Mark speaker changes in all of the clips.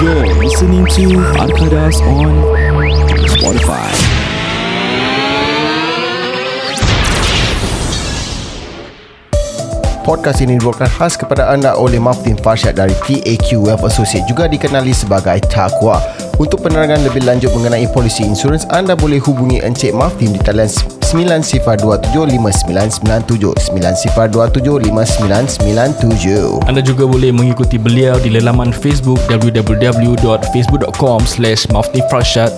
Speaker 1: You're listening to Arkadas on Spotify.
Speaker 2: Podcast ini dibawakan khas kepada anda oleh Maftin Farsyad dari PAQ Wealth Associate juga dikenali sebagai Takwa. Untuk penerangan lebih lanjut mengenai polisi insurans, anda boleh hubungi Encik Maftin di talian 90275997 90275997.
Speaker 3: Anda juga boleh mengikuti beliau di laman Facebook www.facebook.com slash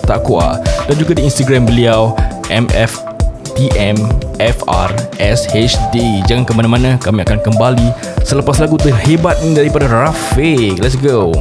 Speaker 3: takwa dan juga di Instagram beliau mftmfrshd. Jangan ke mana-mana, kami akan kembali selepas lagu terhebat ini daripada Rafiq. Let's go.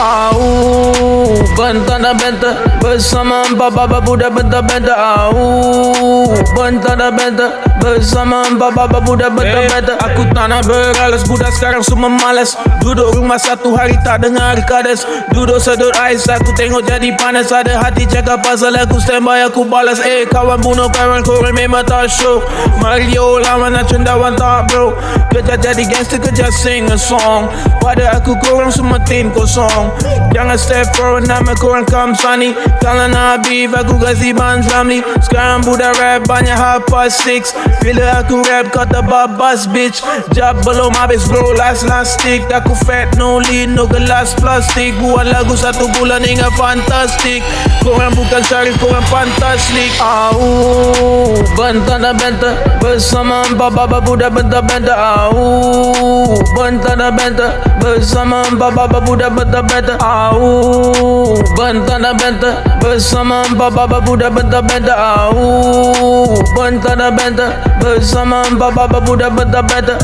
Speaker 4: Au Bentara benta Bersama empat bapa budak benta benta Au Bentara benta Bersama empat bapa budak benta benta Eh, Aku tak nak beralas Budak sekarang semua malas Duduk rumah satu hari tak dengar kades Duduk sedut ais Aku tengok jadi panas Ada hati cakap pasal aku stand by aku balas Eh kawan bunuh kawan korang memang tak show Mario lawan nak cendawan tak bro Kerja jadi gangster kerja sing a song Pada aku korang semua tim kosong Jangan step forward Nama korang come sunny Kalau nak beef aku kasi ban family Sekarang budak rap banyak half past six Bila aku rap kau terbabas bitch Jab belum habis bro last last stick Aku fat no lean no gelas plastik Buat lagu satu bulan hingga fantastik Korang bukan syarif korang fantastik Au Bentar dan bentar Bersama empat baba budak bentar bentar Au Bentar dan bentar Bersama empat baba budak bentar bentar Au Bentar dan bentar Bersama empat baba budak bentar bentar Au Bentar dan bentar Bersama empat baba budak bentar bentar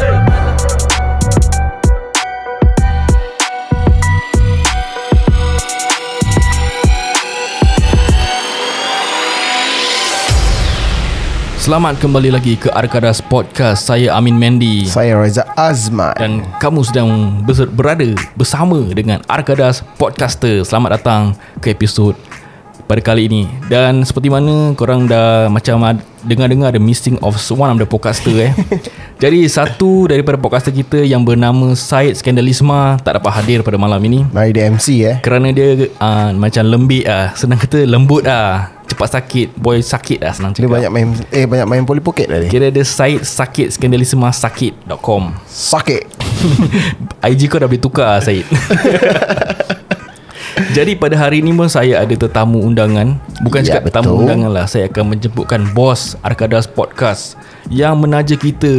Speaker 3: Selamat kembali lagi ke Arkadas Podcast. Saya Amin Mendy.
Speaker 2: Saya Reza Azman.
Speaker 3: dan kamu sedang berser- berada bersama dengan Arkadas Podcaster. Selamat datang ke episod pada kali ini. Dan seperti mana korang dah macam ad- dengar-dengar ada missing of one of the podcaster eh. Jadi satu daripada podcaster kita yang bernama Syed Skandalisma tak dapat hadir pada malam ini
Speaker 2: Mari DMC eh.
Speaker 3: kerana dia uh, macam lembik ah, senang kata lembut ah, cepat sakit, boy sakit ah senang
Speaker 2: Dia
Speaker 3: cakap.
Speaker 2: banyak main eh banyak main Polly Pocket lah dia.
Speaker 3: Kira dia Syed Sakit Skandalisma Sakit.com
Speaker 2: Sakit.
Speaker 3: IG kau dah boleh tukar Syed Jadi pada hari ini pun saya ada tetamu undangan Bukan
Speaker 2: Ya,
Speaker 3: ya, cakap tetamu
Speaker 2: betul.
Speaker 3: undangan lah Saya akan menjemputkan bos Arkadas Podcast Yang menaja kita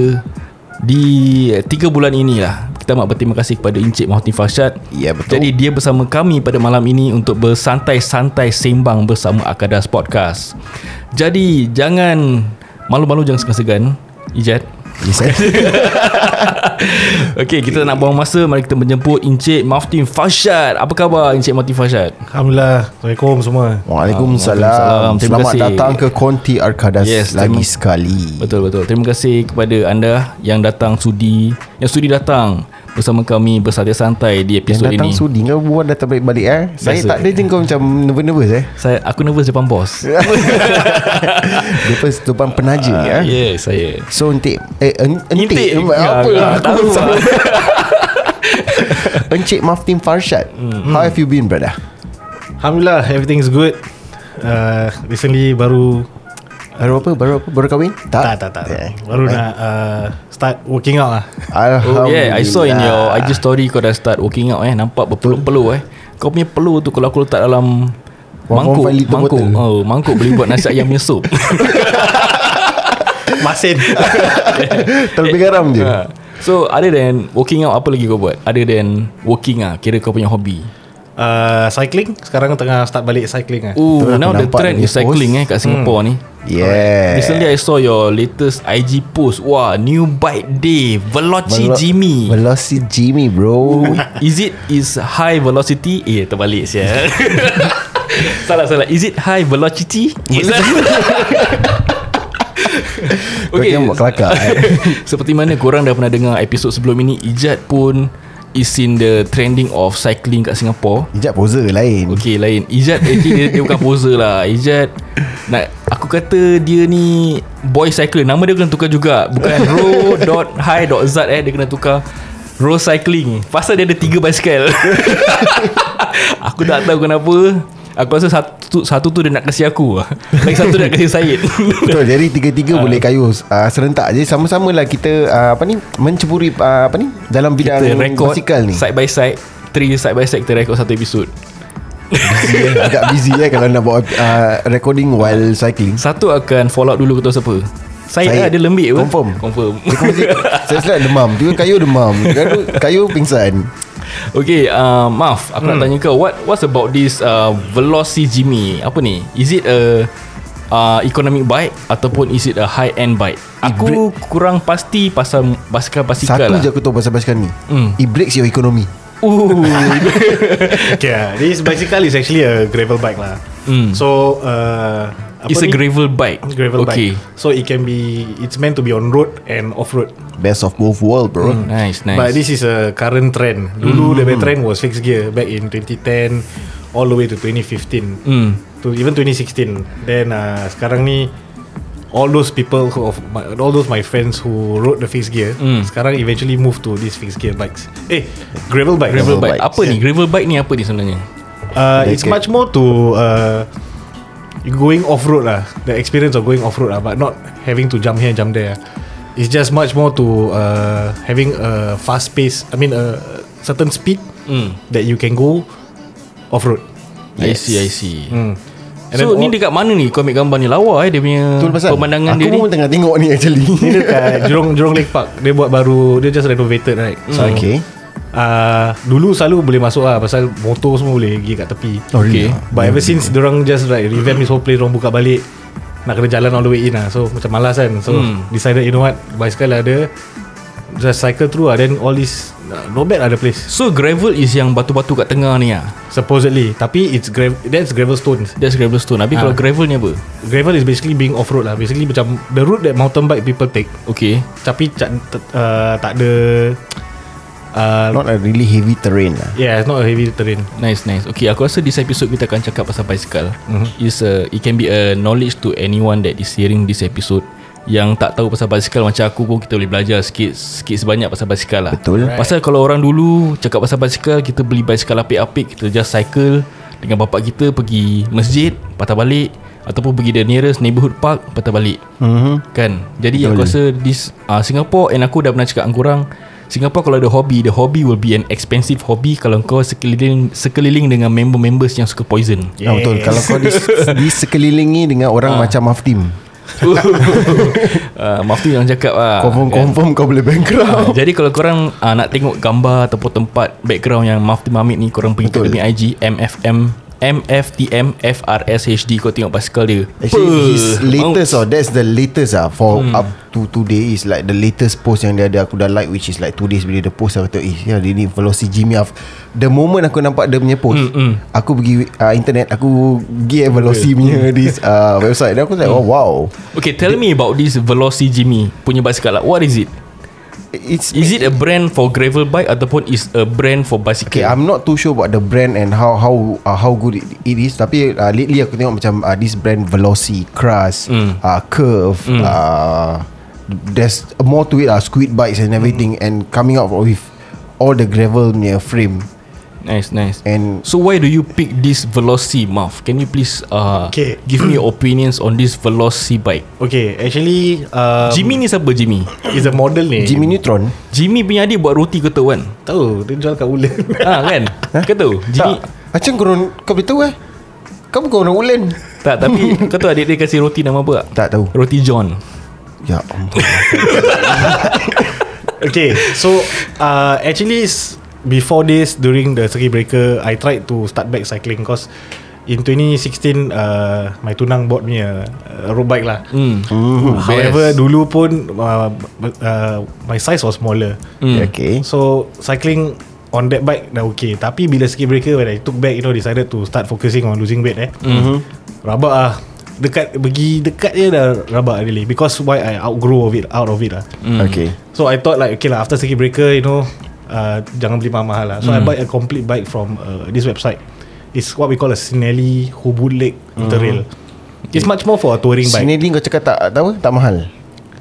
Speaker 3: di 3 bulan inilah Kita amat berterima kasih kepada Encik Mahdi Fashad
Speaker 2: Ya, betul.
Speaker 3: Jadi dia bersama kami pada malam ini Untuk bersantai-santai sembang bersama Arkadas Podcast Jadi jangan malu-malu jangan segan-segan Ijat eh. Okey, kita tak nak buang masa. Mari kita menjemput Encik Maftin Fashad. Apa khabar Encik Maftin Fashad?
Speaker 5: Alhamdulillah Assalamualaikum semua
Speaker 3: Waalaikumsalam.
Speaker 2: Waalaikumsalam.
Speaker 3: Terima
Speaker 2: Selamat
Speaker 3: kasih.
Speaker 2: datang ke Konti Arkadas
Speaker 3: Yes,
Speaker 2: lagi
Speaker 3: terima-
Speaker 2: sekali.
Speaker 3: Betul betul. Terima kasih kepada anda yang datang sudi, yang sudi datang bersama kami bersantai-santai di
Speaker 2: Yang
Speaker 3: episod
Speaker 2: datang
Speaker 3: ini.
Speaker 2: sudi Kau buat datang balik-balik eh Saya
Speaker 3: Biasa.
Speaker 2: tak ada je kau macam Nervous-nervous eh
Speaker 3: Saya aku nervous depan bos.
Speaker 2: Dia pun depan penaja ni eh
Speaker 3: Ya, saya.
Speaker 2: So entik Eh en, entik,
Speaker 3: Intik.
Speaker 2: Apa
Speaker 3: Ya,
Speaker 2: lah
Speaker 3: tak tahu
Speaker 2: Aku salah. Encik Maftin Farshad
Speaker 3: Hmm.
Speaker 2: How have you been brother?
Speaker 5: Alhamdulillah Everything's good uh, Recently baru
Speaker 2: Baru apa? Baru apa? Baru kahwin? Eh.
Speaker 5: Tak Eh. tak tak, tak. Baru nak uh, Start working out lah
Speaker 2: Alhamdulillah
Speaker 3: Oh yeah, I saw in your IG story kau dah start working out eh. Nampak berpeluh-peluh eh. Kau punya peluh tu kalau aku letak dalam mangkuk,
Speaker 2: 1.5 liter
Speaker 3: mangkuk.
Speaker 2: botol.
Speaker 3: Oh, mangkuk boleh buat nasi ayam punya sup.
Speaker 5: Masin
Speaker 2: Terlebih garam je
Speaker 3: Ha. So other than working out apa lagi kau buat? Other than working ah, kira kau punya hobi.
Speaker 5: uh, Cycling Sekarang tengah start balik cycling lah
Speaker 3: Oh,
Speaker 2: Betul lah,
Speaker 3: now the
Speaker 2: aku nampak
Speaker 3: trend
Speaker 2: dia
Speaker 3: is cycling
Speaker 2: post. Hmm. Eh.
Speaker 3: eh kat Singapore ni.
Speaker 2: Yeah
Speaker 3: Recently I saw your latest IG post. Wah, new bike day, Veloci
Speaker 2: Velo-
Speaker 3: Jimmy.
Speaker 2: Velocity Jimmy bro
Speaker 3: is it is high velocity? Eh, terbalik sia. salah salah. Is it high velocity? Yes.
Speaker 2: Kau jangan buat kelakar eh.
Speaker 3: Seperti mana korang dah pernah dengar episod sebelum ini Ijat pun is in the trending of cycling kat Singapore.
Speaker 2: Ijat poser lain okay.
Speaker 3: Okay lain Ijat actually dia, dia bukan poser lah Ijat nak, Aku kata dia ni Boy cycler Nama dia kena tukar juga Bukan ro.hi.zat eh Dia kena tukar Ro cycling Pasal dia ada tiga basikal Aku tak tahu kenapa Aku rasa satu, satu tu dia nak kasih aku Lagi satu dia nak kasih Syed
Speaker 2: Betul Jadi tiga-tiga
Speaker 3: Ah.
Speaker 2: boleh kayu uh, Serentak Jadi sama-sama lah kita uh, Apa ni Menceburi uh, Apa ni Dalam bidang
Speaker 3: Kita record
Speaker 2: basikal ni
Speaker 3: Side by side Three side by side Kita record satu episod
Speaker 2: Agak busy eh Kalau nak buat uh, Recording while cycling
Speaker 3: Satu akan follow up dulu Kau tahu siapa Syed
Speaker 2: Syed.
Speaker 3: lah dia lembik apa?
Speaker 2: Confirm.
Speaker 3: Confirm
Speaker 2: Saya selalu demam Tiba kayu demam Kayu, kayu pingsan
Speaker 3: Okay, uh, Maaf, aku hmm. nak tanya kau what what's about this uh, Veloci Jimmy? Apa ni? Is it a uh, economic bike ataupun is it a high end bike? Aku kurang pasti pasal basikal-basikal
Speaker 2: Satu
Speaker 3: lah. Hmm.
Speaker 2: je aku tahu pasal basikal ni mm. It breaks your economy
Speaker 3: Ooh.
Speaker 5: Okay, uh, this bicycle is actually a gravel bike lah.
Speaker 3: Mm.
Speaker 5: So, uh, apa
Speaker 3: It's a
Speaker 5: ni?
Speaker 3: gravel bike.
Speaker 5: gravel
Speaker 3: okay.
Speaker 5: bike. So it can be, it's meant to be on road and off road.
Speaker 2: Best of both world bro mm.
Speaker 3: Nice, nice. Hmm.
Speaker 5: But this is a current trend. Dulu the main trend was fixed gear back in 2010 all the way to 2015
Speaker 3: Mm.
Speaker 5: to even 2016. Then uh, sekarang ni all those people who of my, all those my friends who rode the fixed gear
Speaker 3: Mm.
Speaker 5: sekarang eventually move to these fixed gear bikes. Eh, gravel bikes.
Speaker 3: gravel
Speaker 2: Gravel
Speaker 3: bike.
Speaker 2: bikes,
Speaker 3: Apa ni? Gravel bike ni apa ni sebenarnya?
Speaker 5: Uh,
Speaker 2: Like
Speaker 5: it's
Speaker 2: a-
Speaker 5: much more to uh, going off road lah. The experience of going off road lah, but not having to jump here, jump there. It's just much more to uh, having a fast pace. I mean, a certain speed
Speaker 3: Mm.
Speaker 5: that you can go off road.
Speaker 3: I
Speaker 2: Yes.
Speaker 3: see, I see.
Speaker 5: Mm. And
Speaker 3: So
Speaker 5: then
Speaker 3: ni
Speaker 5: all-
Speaker 3: dekat mana ni? Kau ambil gambar ni lawa eh dia punya
Speaker 2: Betul pasal
Speaker 3: pemandangan
Speaker 2: Aku
Speaker 3: dia ni.
Speaker 2: pun tengah tengok ni actually
Speaker 5: Ni dekat Jurong Jurong Lake Park. Dia buat baru, dia just renovated right. So
Speaker 2: Okay
Speaker 5: uh, dulu selalu boleh masuk lah pasal motor semua boleh pergi kat tepi.
Speaker 3: Okay.
Speaker 5: But ever since Diorang just like Revamp this whole place Diorang buka balik Nak kena jalan all the way in lah So macam malas kan So
Speaker 3: Hmm.
Speaker 5: hmm. decided you know what Bicycle lah ada Just cycle through lah Then all this uh, Not bad lah the place
Speaker 3: So gravel is yang batu-batu kat tengah ni ah.
Speaker 5: Supposedly Tapi it's gravel That's gravel stones
Speaker 3: That's gravel stone. Habis
Speaker 5: Ah.
Speaker 3: kalau gravel ni apa?
Speaker 5: Gravel is basically being off road lah Basically macam The route that mountain bike people take
Speaker 3: Okay.
Speaker 5: Tapi ca- t- uh, tak ada uh,
Speaker 2: Not a really heavy terrain lah
Speaker 5: Yeah it's not a heavy terrain
Speaker 3: Nice nice Okay aku rasa this episode Kita akan cakap pasal bicycle mm-hmm. Is a, It can be a knowledge To anyone that is hearing this episode Yang tak tahu pasal bicycle Macam aku pun Kita boleh belajar sikit Sikit sebanyak pasal bicycle lah
Speaker 2: Betul.
Speaker 3: right. Pasal kalau orang dulu Cakap pasal bicycle Kita beli bicycle apik-apik Kita just cycle Dengan bapak kita Pergi masjid Patah balik Ataupun pergi the nearest neighborhood park Patah balik mm-hmm. Kan Jadi aku rasa this, uh, Singapore And aku dah pernah cakap dengan korang Singapore kalau ada hobby The hobby will be an expensive hobby Kalau kau sekeliling Sekeliling dengan member-members Yang suka poison
Speaker 2: yes. Ah, Betul Kalau kau di, di sekelilingi Dengan orang
Speaker 3: Ah.
Speaker 2: macam Maftim
Speaker 3: uh, Maaf tu yang cakap lah
Speaker 2: Confirm-confirm kau boleh
Speaker 3: Ah,
Speaker 2: bankrupt
Speaker 3: Jadi kalau korang uh, Nak tengok gambar Ataupun tempat Background yang Mafti Mamid ni Korang pergi ke
Speaker 2: Betul.
Speaker 3: demi IG MFM MFTM FRSHD Kau tengok basikal dia
Speaker 2: Actually his
Speaker 3: Peuh,
Speaker 2: latest
Speaker 3: maut.
Speaker 2: oh, That's the latest ah For hmm. up to today Is like the latest post Yang dia ada Aku dah like Which is like two days Bila dia post Aku kata Eh ya, dia ni Veloci Jimmy Af The moment aku nampak Dia punya post
Speaker 3: Hmm,
Speaker 2: Aku pergi uh, internet Aku pergi Veloci punya
Speaker 3: Hmm.
Speaker 2: This uh, website Dan aku like oh, Wow
Speaker 3: Okay tell me about this Veloci Jimmy Punya basikal lah What is it?
Speaker 2: It's
Speaker 3: Is it a brand for gravel bike Ataupun is a brand for bicycle?
Speaker 2: Okay, I'm not too sure about the brand and how how uh, how good it, it is. Tapi uh, lately aku tengok macam uh, this brand Veloci, Crust, mm. uh, Curve, mm. uh, there's more to it. Uh, squid bikes and everything, mm. and coming up with all the gravel near frame
Speaker 3: Nice nice
Speaker 2: and
Speaker 3: So why do you pick this Veloci Maf? Can you please uh,
Speaker 5: Okay.
Speaker 3: give me your opinions on this Veloci bike?
Speaker 5: Okay actually um,
Speaker 3: Um, Jimmy ni siapa Jimmy?
Speaker 5: Is a model ni
Speaker 2: Jimmy Neutron.
Speaker 3: Jimmy punya adik buat roti kau tahu kan?
Speaker 5: Tahu Dia jual kat Ulen
Speaker 3: ha kan? Kau tahu? Jimmy
Speaker 2: Tak, macam kau orang- kau boleh tahu eh? Kau bukan orang Ulen.
Speaker 3: tak, tapi kau tahu adik dia kasi roti nama apa? Tak.
Speaker 2: Tak tahu.
Speaker 3: Roti John.
Speaker 2: Ya. ampun.
Speaker 5: Okay, so uh, actually s- before this, during the circuit breaker, I tried to start back cycling because in 2016, uh, my tunang bought me a, a road bike lah.
Speaker 3: Hmm.
Speaker 5: However, dulu pun uh, uh, my size was smaller. Eh?
Speaker 2: Okay.
Speaker 5: So cycling on that bike dah okay. Tapi bila circuit breaker, when I took back, you know, decided to start focusing on losing weight eh. Mm-hmm. Rabak ah. Dekat pergi dekat je dah rabak really because why I outgrow of it out of it lah.
Speaker 2: Okay.
Speaker 5: So I thought like okay lah after circuit breaker you know uh, jangan beli mahal-mahal lah. So mm. I buy a complete bike from uh, this website. It's what we call a Sinelli Hubudlek Interrail. It's much more for a touring bike.
Speaker 2: Sinelli kau cakap tak tak apa tak mahal.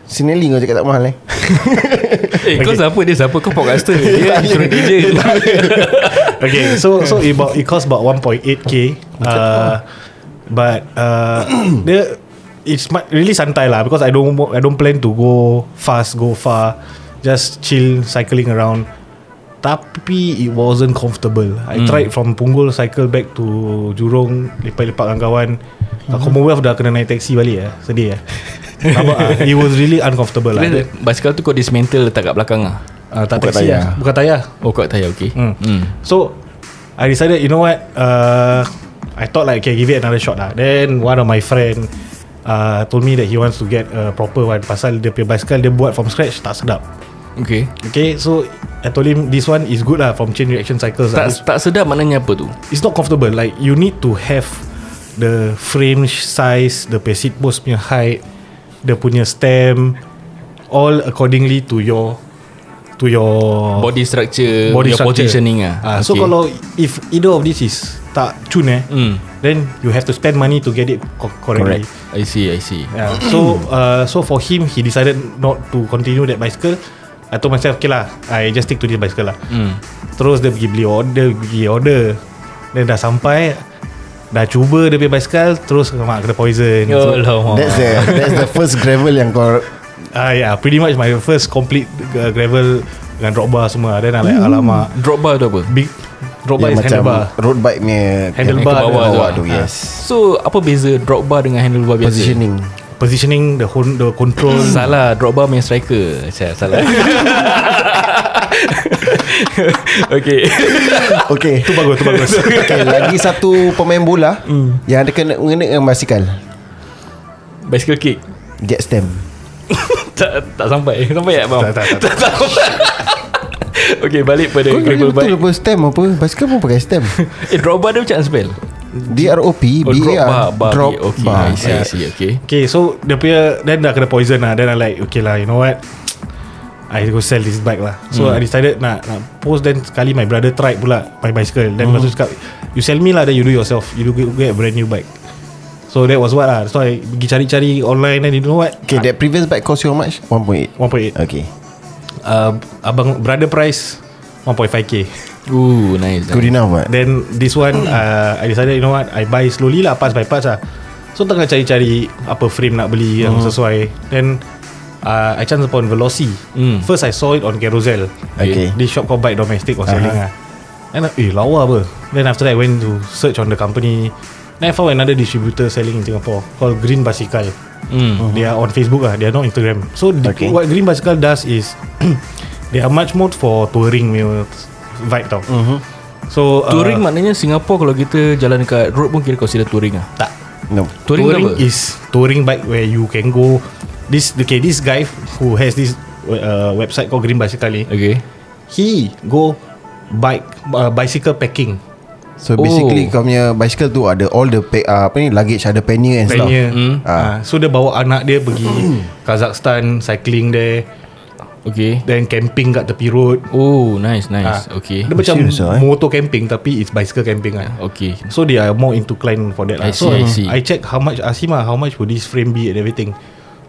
Speaker 2: Sinelli kau cakap tak mahal eh.
Speaker 3: Eh kau siapa dia siapa Kau podcaster Dia insurance agent
Speaker 5: okay, so so it about it costs about 1.8k. Uh, but uh, the it's mu- really santai lah because I don't wo- I don't plan to go fast, go far, just chill cycling around. Tapi it wasn't comfortable. I tried from Punggol cycle back to Jurong, lepak-lepak dengan kawan. Kat Commonwealth dah kena naik taxi balik ya. Sedih ya. Nampak ah, it was really uncomfortable lah.
Speaker 3: Kira Basikal tu kau dismantle Letak kat belakang lah
Speaker 5: Ah, tak
Speaker 2: Buka
Speaker 5: taxi
Speaker 2: tayar.
Speaker 5: lah. Bukan tayar.
Speaker 3: Oh kau kat tayar okay
Speaker 5: Mm.
Speaker 3: Mm.
Speaker 5: So I decided You know what uh, I thought like Okay give it another shot lah Then one of my friend uh, Told me that he wants to get A proper one Pasal dia punya bicycle Dia buat from scratch Tak sedap
Speaker 3: Okay
Speaker 5: Okay so I told him This one is good lah From chain reaction cycles lah.
Speaker 3: tak,
Speaker 5: It's,
Speaker 3: tak sedap maknanya apa tu
Speaker 5: it's not comfortable Like you need to have The frame size The punya seat post punya height The punya stem All accordingly to your To your
Speaker 3: Body structure
Speaker 5: body
Speaker 3: Your
Speaker 5: structure.
Speaker 3: positioning lah
Speaker 5: Ah, so kalau if either of this is tak cun eh,
Speaker 3: Mm.
Speaker 5: then you have to spend money to get it co- correctly.
Speaker 2: Correct.
Speaker 3: I see I see
Speaker 5: Yeah. So uh, so for him, he decided not to continue that bicycle. I told myself, okay lah, I just stick to this bicycle lah.
Speaker 3: Mm.
Speaker 5: Terus dia pergi beli order, pergi order. Dia dah sampai, dah cuba dia punya bicycle, terus mak kena poison.
Speaker 3: Ya
Speaker 5: So,
Speaker 3: Alamak.
Speaker 2: That's the that's the first gravel yang kau
Speaker 5: Ah yeah, pretty much my first complete uh, gravel dengan drop bar semua. Then I like, alamak,
Speaker 3: Drop bar tu apa
Speaker 5: big drop bar
Speaker 2: yang
Speaker 5: is
Speaker 2: macam
Speaker 5: handlebar.
Speaker 2: road bike punya yang
Speaker 5: Handlebar
Speaker 3: ke bawah
Speaker 2: bawah
Speaker 3: tu
Speaker 2: tu,
Speaker 3: ah.
Speaker 2: yes.
Speaker 3: So apa beza drop bar dengan handlebar biasa
Speaker 2: Positioning.
Speaker 5: Positioning, the, hon- the control.
Speaker 3: Salah Drop bar main striker Saya salah Okay
Speaker 2: Okay.
Speaker 5: Tu bagus, tu bagus.
Speaker 2: okay, lagi satu pemain bola yang ada kena mengena dengan basikal.
Speaker 3: Bicycle kick
Speaker 2: Jet stem.
Speaker 3: Tak, tak sampai Sampai tak bang?
Speaker 5: Tak, tak, tak,
Speaker 3: tak, tak sampai Okay balik pada
Speaker 2: Kau
Speaker 3: Gravel
Speaker 2: kena betul
Speaker 3: bike
Speaker 2: apa stem apa? Basikal pun pakai stem.
Speaker 3: Eh drop bar dia macam mana spell
Speaker 2: D R O P
Speaker 3: Oh
Speaker 2: B
Speaker 3: drop bar,
Speaker 2: A R
Speaker 3: bar
Speaker 2: drop
Speaker 3: B. Okay
Speaker 2: bar.
Speaker 3: I see I see Okay
Speaker 5: Okay so Dia punya Then dah kena poison lah Then I like Okay lah you know what I go sell this bike lah So I decided nak, nak post Then sekali my brother tried pula My bicycle Then lepas tu cakap You sell me lah Then you do yourself You do get, get a brand new bike So that was what lah So I pergi cari-cari online Then you know what
Speaker 2: Okay, that previous bike cost you how much? 1.8.
Speaker 5: 1.8
Speaker 2: Okay.
Speaker 5: uh, Abang brother price 1.5k
Speaker 3: Ooh nice
Speaker 2: Good
Speaker 3: nice.
Speaker 2: enough, but
Speaker 5: Then this one uh, I decided you know what I buy slowly lah Parts by parts lah So tengah cari-cari Apa frame nak beli Yang sesuai Then uh, I chance upon Veloci
Speaker 3: Hmm.
Speaker 5: First I saw it on Carousel
Speaker 2: Okay.
Speaker 5: This shop called Bike Domestic Was selling lah Then I, eh lawa apa Then after that I went to Search on the company Then I found another distributor Selling in Singapore Called Green Bicycle
Speaker 3: Hmm.
Speaker 5: They are on Facebook lah They are not Instagram So the-
Speaker 2: Okay.
Speaker 5: what Green Bicycle does is They are much more for touring punya vibe tau So uh,
Speaker 3: Touring maknanya Singapore kalau kita jalan dekat road pun kira consider touring lah
Speaker 5: tak
Speaker 2: no.
Speaker 3: Touring,
Speaker 5: touring
Speaker 3: touring apa?
Speaker 5: is touring bike where you can go this okay this guy who has this uh, website called Green Bicycle ni,
Speaker 3: Okay
Speaker 5: he go bike uh, bicycle packing
Speaker 2: So
Speaker 3: Oh.
Speaker 2: basically kau punya bicycle tu ada all the pa- uh, apa ni luggage ada pannier and stuff.
Speaker 5: Tanya,
Speaker 3: Hmm.
Speaker 5: ah, so dia bawa anak dia pergi Kazakhstan cycling there
Speaker 3: Okay
Speaker 5: then camping kat tepi road
Speaker 3: Oh nice nice
Speaker 5: Ah,
Speaker 3: Okay
Speaker 5: dia macam
Speaker 2: Serious ah, eh?
Speaker 5: motor camping tapi it's bicycle camping lah
Speaker 3: Okay
Speaker 5: So they are more into client for that
Speaker 3: I
Speaker 5: lah.
Speaker 3: see,
Speaker 5: so
Speaker 3: I see.
Speaker 5: I check how much ask him lah, how much would this frame be and everything.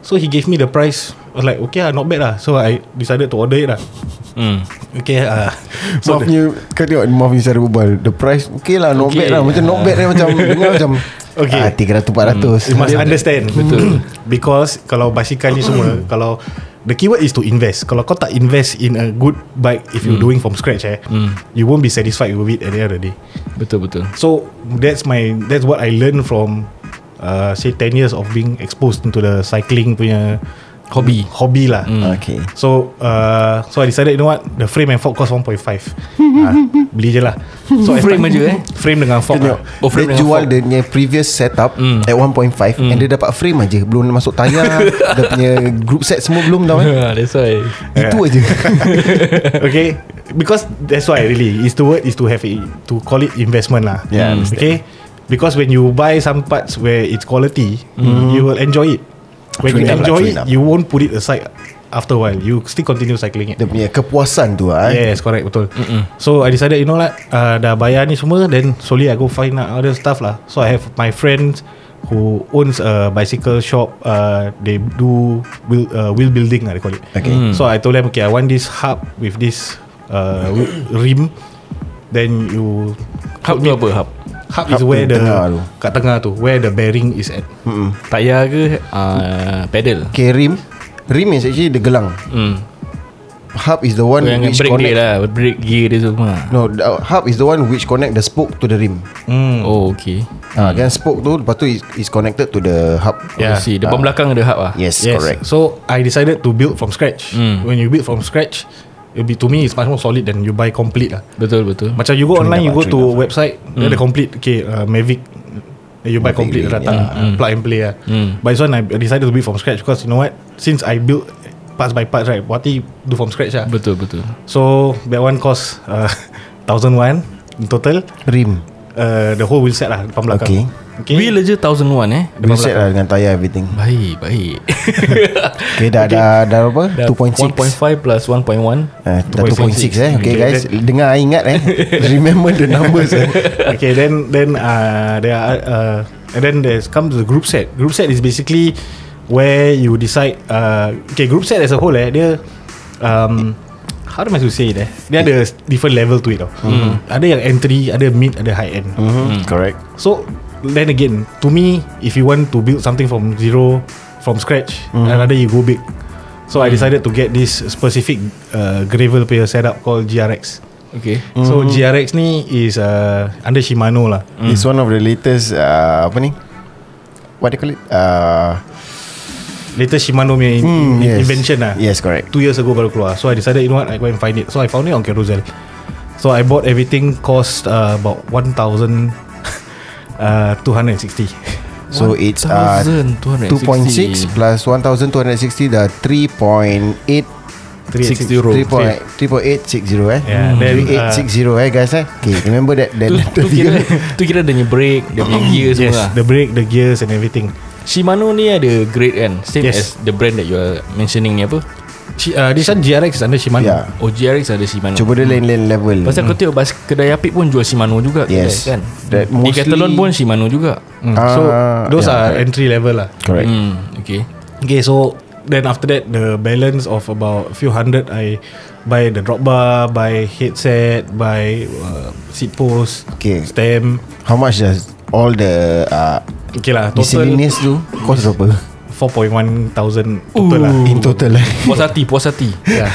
Speaker 5: So he gave me the price. I was like okay lah, not bad lah. So I decided to order it lah.
Speaker 3: Hmm.
Speaker 5: Okay uh, so
Speaker 2: Maaf
Speaker 5: the,
Speaker 2: punya Kau tengok Maaf punya cara berbual The price Okay lah not
Speaker 3: Okay.
Speaker 2: bad lah Macam not bad lah Macam dengar macam ah,
Speaker 5: Okay.
Speaker 2: 300 400
Speaker 5: you must
Speaker 3: Dia-
Speaker 5: understand
Speaker 3: Betul.
Speaker 5: because kalau basikal ni semua kalau the keyword is to invest. Kalau kau tak invest in a good bike if you're
Speaker 3: Hmm.
Speaker 5: doing from scratch eh, you won't be satisfied with it at the end of the day.
Speaker 3: Betul betul
Speaker 5: So that's my that's what I learned from uh, say 10 years of being exposed into the cycling punya
Speaker 3: Hobby.
Speaker 5: hobby lah.
Speaker 2: Ah, Okay
Speaker 5: So uh, So I decided You know what The frame and fork Cost 1.5 ha, Beli je lah so I
Speaker 3: Frame
Speaker 5: start-
Speaker 3: aja, eh?
Speaker 5: Frame dengan fork
Speaker 2: Tengok
Speaker 5: lah.
Speaker 3: Oh,
Speaker 2: oh,
Speaker 3: frame
Speaker 2: Dia
Speaker 3: dengan
Speaker 2: jual
Speaker 3: fork.
Speaker 2: dia punya previous setup
Speaker 3: Hmm.
Speaker 2: At 1.5 And dia dapat frame aja Belum masuk tayar Dia punya group set semua belum tau eh
Speaker 3: That's why
Speaker 2: Itu aja
Speaker 5: Okay Because That's why really Is the word Is to have it To call it investment lah
Speaker 2: Yeah, I understand.
Speaker 5: Okay Because when you buy Some parts where It's quality You will enjoy it When
Speaker 2: True
Speaker 5: you
Speaker 2: enough lah, Mm.
Speaker 5: enjoy
Speaker 2: true
Speaker 5: it
Speaker 2: enough.
Speaker 5: You won't put it aside after a while you still continue cycling it.
Speaker 2: Dia punya kepuasan tu lah eh.
Speaker 5: Yes, correct betul. Mm-mm. So I decided you know lah uh, dah bayar ni semua then slowly I go find out other stuff lah. So I have my friends who owns a bicycle shop uh, they do wheel, uh, wheel building lah they call it.
Speaker 2: Okay. Mm.
Speaker 5: So I told them okay I want this hub with this uh, wheel- rim then you
Speaker 3: Hub tu apa hub?
Speaker 5: hub,
Speaker 2: Hub
Speaker 5: is where
Speaker 2: tu
Speaker 5: the
Speaker 2: tengah tu. Mm,
Speaker 5: kat tengah tu where the bearing is at.
Speaker 3: Tayar ke uh, pedal?
Speaker 2: Okay rim Rim is actually the gelang
Speaker 3: Hmm.
Speaker 2: Hub is the one
Speaker 3: Yang
Speaker 2: Hmm, which
Speaker 3: break dia
Speaker 2: connect
Speaker 3: lah Break gear dia semua
Speaker 2: No the- uh, Hub is the one which connect the spoke to the rim
Speaker 3: Oh okay
Speaker 2: Ah, Then spoke tu Lepas tu is, is connected to the hub
Speaker 3: yeah.
Speaker 5: Yeah.
Speaker 3: see
Speaker 2: Ah.
Speaker 3: Depan belakang ada hub lah
Speaker 2: Yes,
Speaker 5: Yes.
Speaker 2: correct Mm.
Speaker 5: So I decided to build from scratch. When you build from scratch, it'll be to me it's much more solid than you buy complete lah.
Speaker 3: Betul betul
Speaker 5: Macam you go
Speaker 2: True
Speaker 5: online You go
Speaker 2: enough,
Speaker 5: to
Speaker 2: true enough.
Speaker 5: website Dia ada complete Okay uh, Mavic eh, You
Speaker 2: Mavic
Speaker 5: buy complete
Speaker 2: Ring,
Speaker 5: Dah datang Plug and play lah But this one I decided to build from scratch Because you know what Since I built Parts by parts right Wati do from scratch lah
Speaker 3: Betul betul
Speaker 5: So that one cost uh, 1001 In total
Speaker 2: Rim
Speaker 5: uh, The whole wheel set lah Depan belakang
Speaker 2: Okay.
Speaker 5: okay.
Speaker 3: Wheel aja 1001 eh
Speaker 2: Wheel set lah dengan tayar everything
Speaker 3: Baik baik
Speaker 2: Okay dah dah, dah
Speaker 3: Dah
Speaker 2: berapa? 2.6
Speaker 3: 1.5 plus 1.1
Speaker 2: Uh, dah 2.6 eh Okay
Speaker 5: Okay,
Speaker 2: guys Dengar ingat eh Remember the numbers eh
Speaker 5: okay, then then uh, there are uh, and then there's comes the group set. Group set is basically where you decide. Uh, okay, group set as a whole, eh, dia um, how am I to say it? Eh? Dia ada different level to it. Tau. Ada yang entry, ada mid, ada high end.
Speaker 2: Mm-hmm. Correct
Speaker 5: So then again, to me, if you want to build something from zero, from scratch, I'd rather you go big. So I decided to get this specific uh, gravel player setup called GRX.
Speaker 3: Okay
Speaker 5: So GRX ni is uh, under Shimano lah.
Speaker 2: Mm. It's one of the latest uh, Apa ni What they call it uh, mm,
Speaker 5: Latest Shimano punya in-
Speaker 2: Hmm, yes.
Speaker 5: invention lah.
Speaker 2: Yes correct
Speaker 5: Two years ago baru keluar. So I decided you know what I go and find it. So I found it on Carousel. So I bought everything cost uh, about 1,000 uh, 260.
Speaker 2: So it's uh,
Speaker 3: 1,260.
Speaker 2: 2.6 plus 1260 dah 3.8 3.860
Speaker 5: 360.
Speaker 2: eh
Speaker 5: Yeah,
Speaker 2: Hmm.
Speaker 5: then, uh,
Speaker 2: 3860 eh guys eh Okay remember that That,
Speaker 3: Tu,
Speaker 2: that
Speaker 3: tu kira
Speaker 2: figure
Speaker 3: tu kira dia punya brake Dia punya gear semua
Speaker 5: kan. Hmm. Yes,
Speaker 3: lah.
Speaker 5: the brake, the gears and everything.
Speaker 3: Shimano ni ada grade kan Same
Speaker 5: Yes.
Speaker 3: as the brand that you are mentioning ni apa
Speaker 5: Shi- Uh, this one GRX is under Shimano.
Speaker 2: Yeah
Speaker 3: Oh GRX ada Shimano
Speaker 2: Cuba dia lain-lain level
Speaker 3: Pasal kau
Speaker 5: Hmm.
Speaker 3: tengok bas- Kedai apik pun jual Shimano juga kedai,
Speaker 2: Yes.
Speaker 3: kan
Speaker 2: That mostly-
Speaker 3: Decathlon pun Shimano juga
Speaker 2: Ah,
Speaker 5: so those
Speaker 2: yeah,
Speaker 5: are
Speaker 2: correct.
Speaker 5: entry level lah.
Speaker 2: Correct
Speaker 3: hmm, Okay
Speaker 5: Okay, so then after that, the balance of about few hundred, I buy the drop bar, buy headset, buy uh, seat post,
Speaker 2: Okay.
Speaker 5: stem.
Speaker 2: How much does All the uh,
Speaker 5: Okay lah, total
Speaker 2: Miscellaneous tu Cost berapa
Speaker 5: 4.1 thousand total lah.
Speaker 2: In total eh
Speaker 3: Puas hati Puas hati
Speaker 5: Yeah.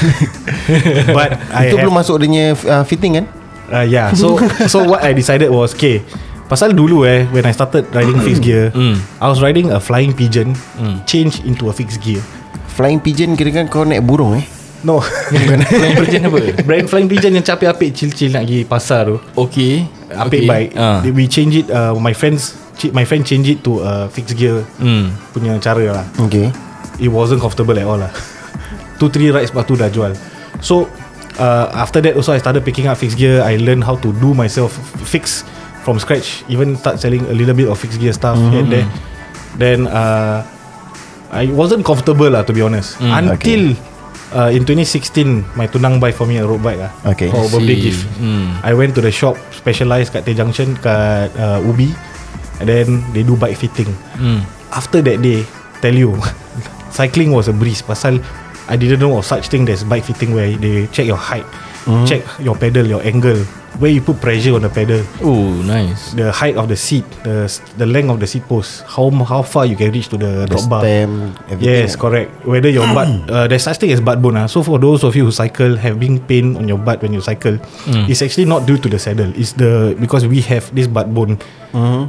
Speaker 5: But I
Speaker 2: Itu
Speaker 5: have,
Speaker 2: belum masuk dia punya, uh, fitting kan
Speaker 5: Uh, yeah, so so what I decided was okay. Pasal dulu eh when I started riding fixed gear, I was riding a flying pigeon, change into a fixed gear.
Speaker 2: Flying pigeon kira kan kau naik burung eh
Speaker 5: No,
Speaker 3: Flying pigeon apa
Speaker 5: brand flying pigeon yang capek-apek chill-chill nak pergi pasar tu.
Speaker 3: Okay
Speaker 5: Apik okay. bike
Speaker 3: Ah.
Speaker 5: uh. We change it uh, My friends chi- My friend change it to uh, Fixed gear
Speaker 3: Hmm.
Speaker 5: Punya cara lah
Speaker 2: Okay
Speaker 5: It wasn't comfortable at all lah Two three rides Lepas tu dah jual So uh, After that also I started picking up fixed gear I learned how to do myself f- Fix From scratch Even start selling A little bit of fixed gear stuff Here and
Speaker 3: Hmm.
Speaker 5: there Then uh, I wasn't comfortable lah To be honest
Speaker 3: Hmm.
Speaker 5: Until uh, In 2016 My tunang buy for me A road bike lah
Speaker 2: Okay.
Speaker 5: For
Speaker 3: I
Speaker 5: birthday
Speaker 3: see.
Speaker 5: gift
Speaker 3: Hmm.
Speaker 5: I went to the shop specialised kat Tay Junction kat uh, Ubi and then they do bike fitting.
Speaker 3: Hmm.
Speaker 5: Mm. After that day, tell you, cycling was a breeze pasal I didn't know of such thing there's bike fitting where they check your height,
Speaker 3: Hmm.
Speaker 5: mm. check your pedal, your angle, where you put pressure on the pedal,
Speaker 3: Oh nice
Speaker 5: the height of the seat, the s- the length of the seat post, how m- how far you can reach to the,
Speaker 2: The
Speaker 5: drop bar.
Speaker 2: stem everything.
Speaker 5: Yes, correct. Whether your butt, uh, there's such thing as butt bone. Ah, So for those of you who cycle, having pain on your butt when you cycle,
Speaker 3: Hmm.
Speaker 5: it's actually not due to the saddle. It's the because we have this butt bone.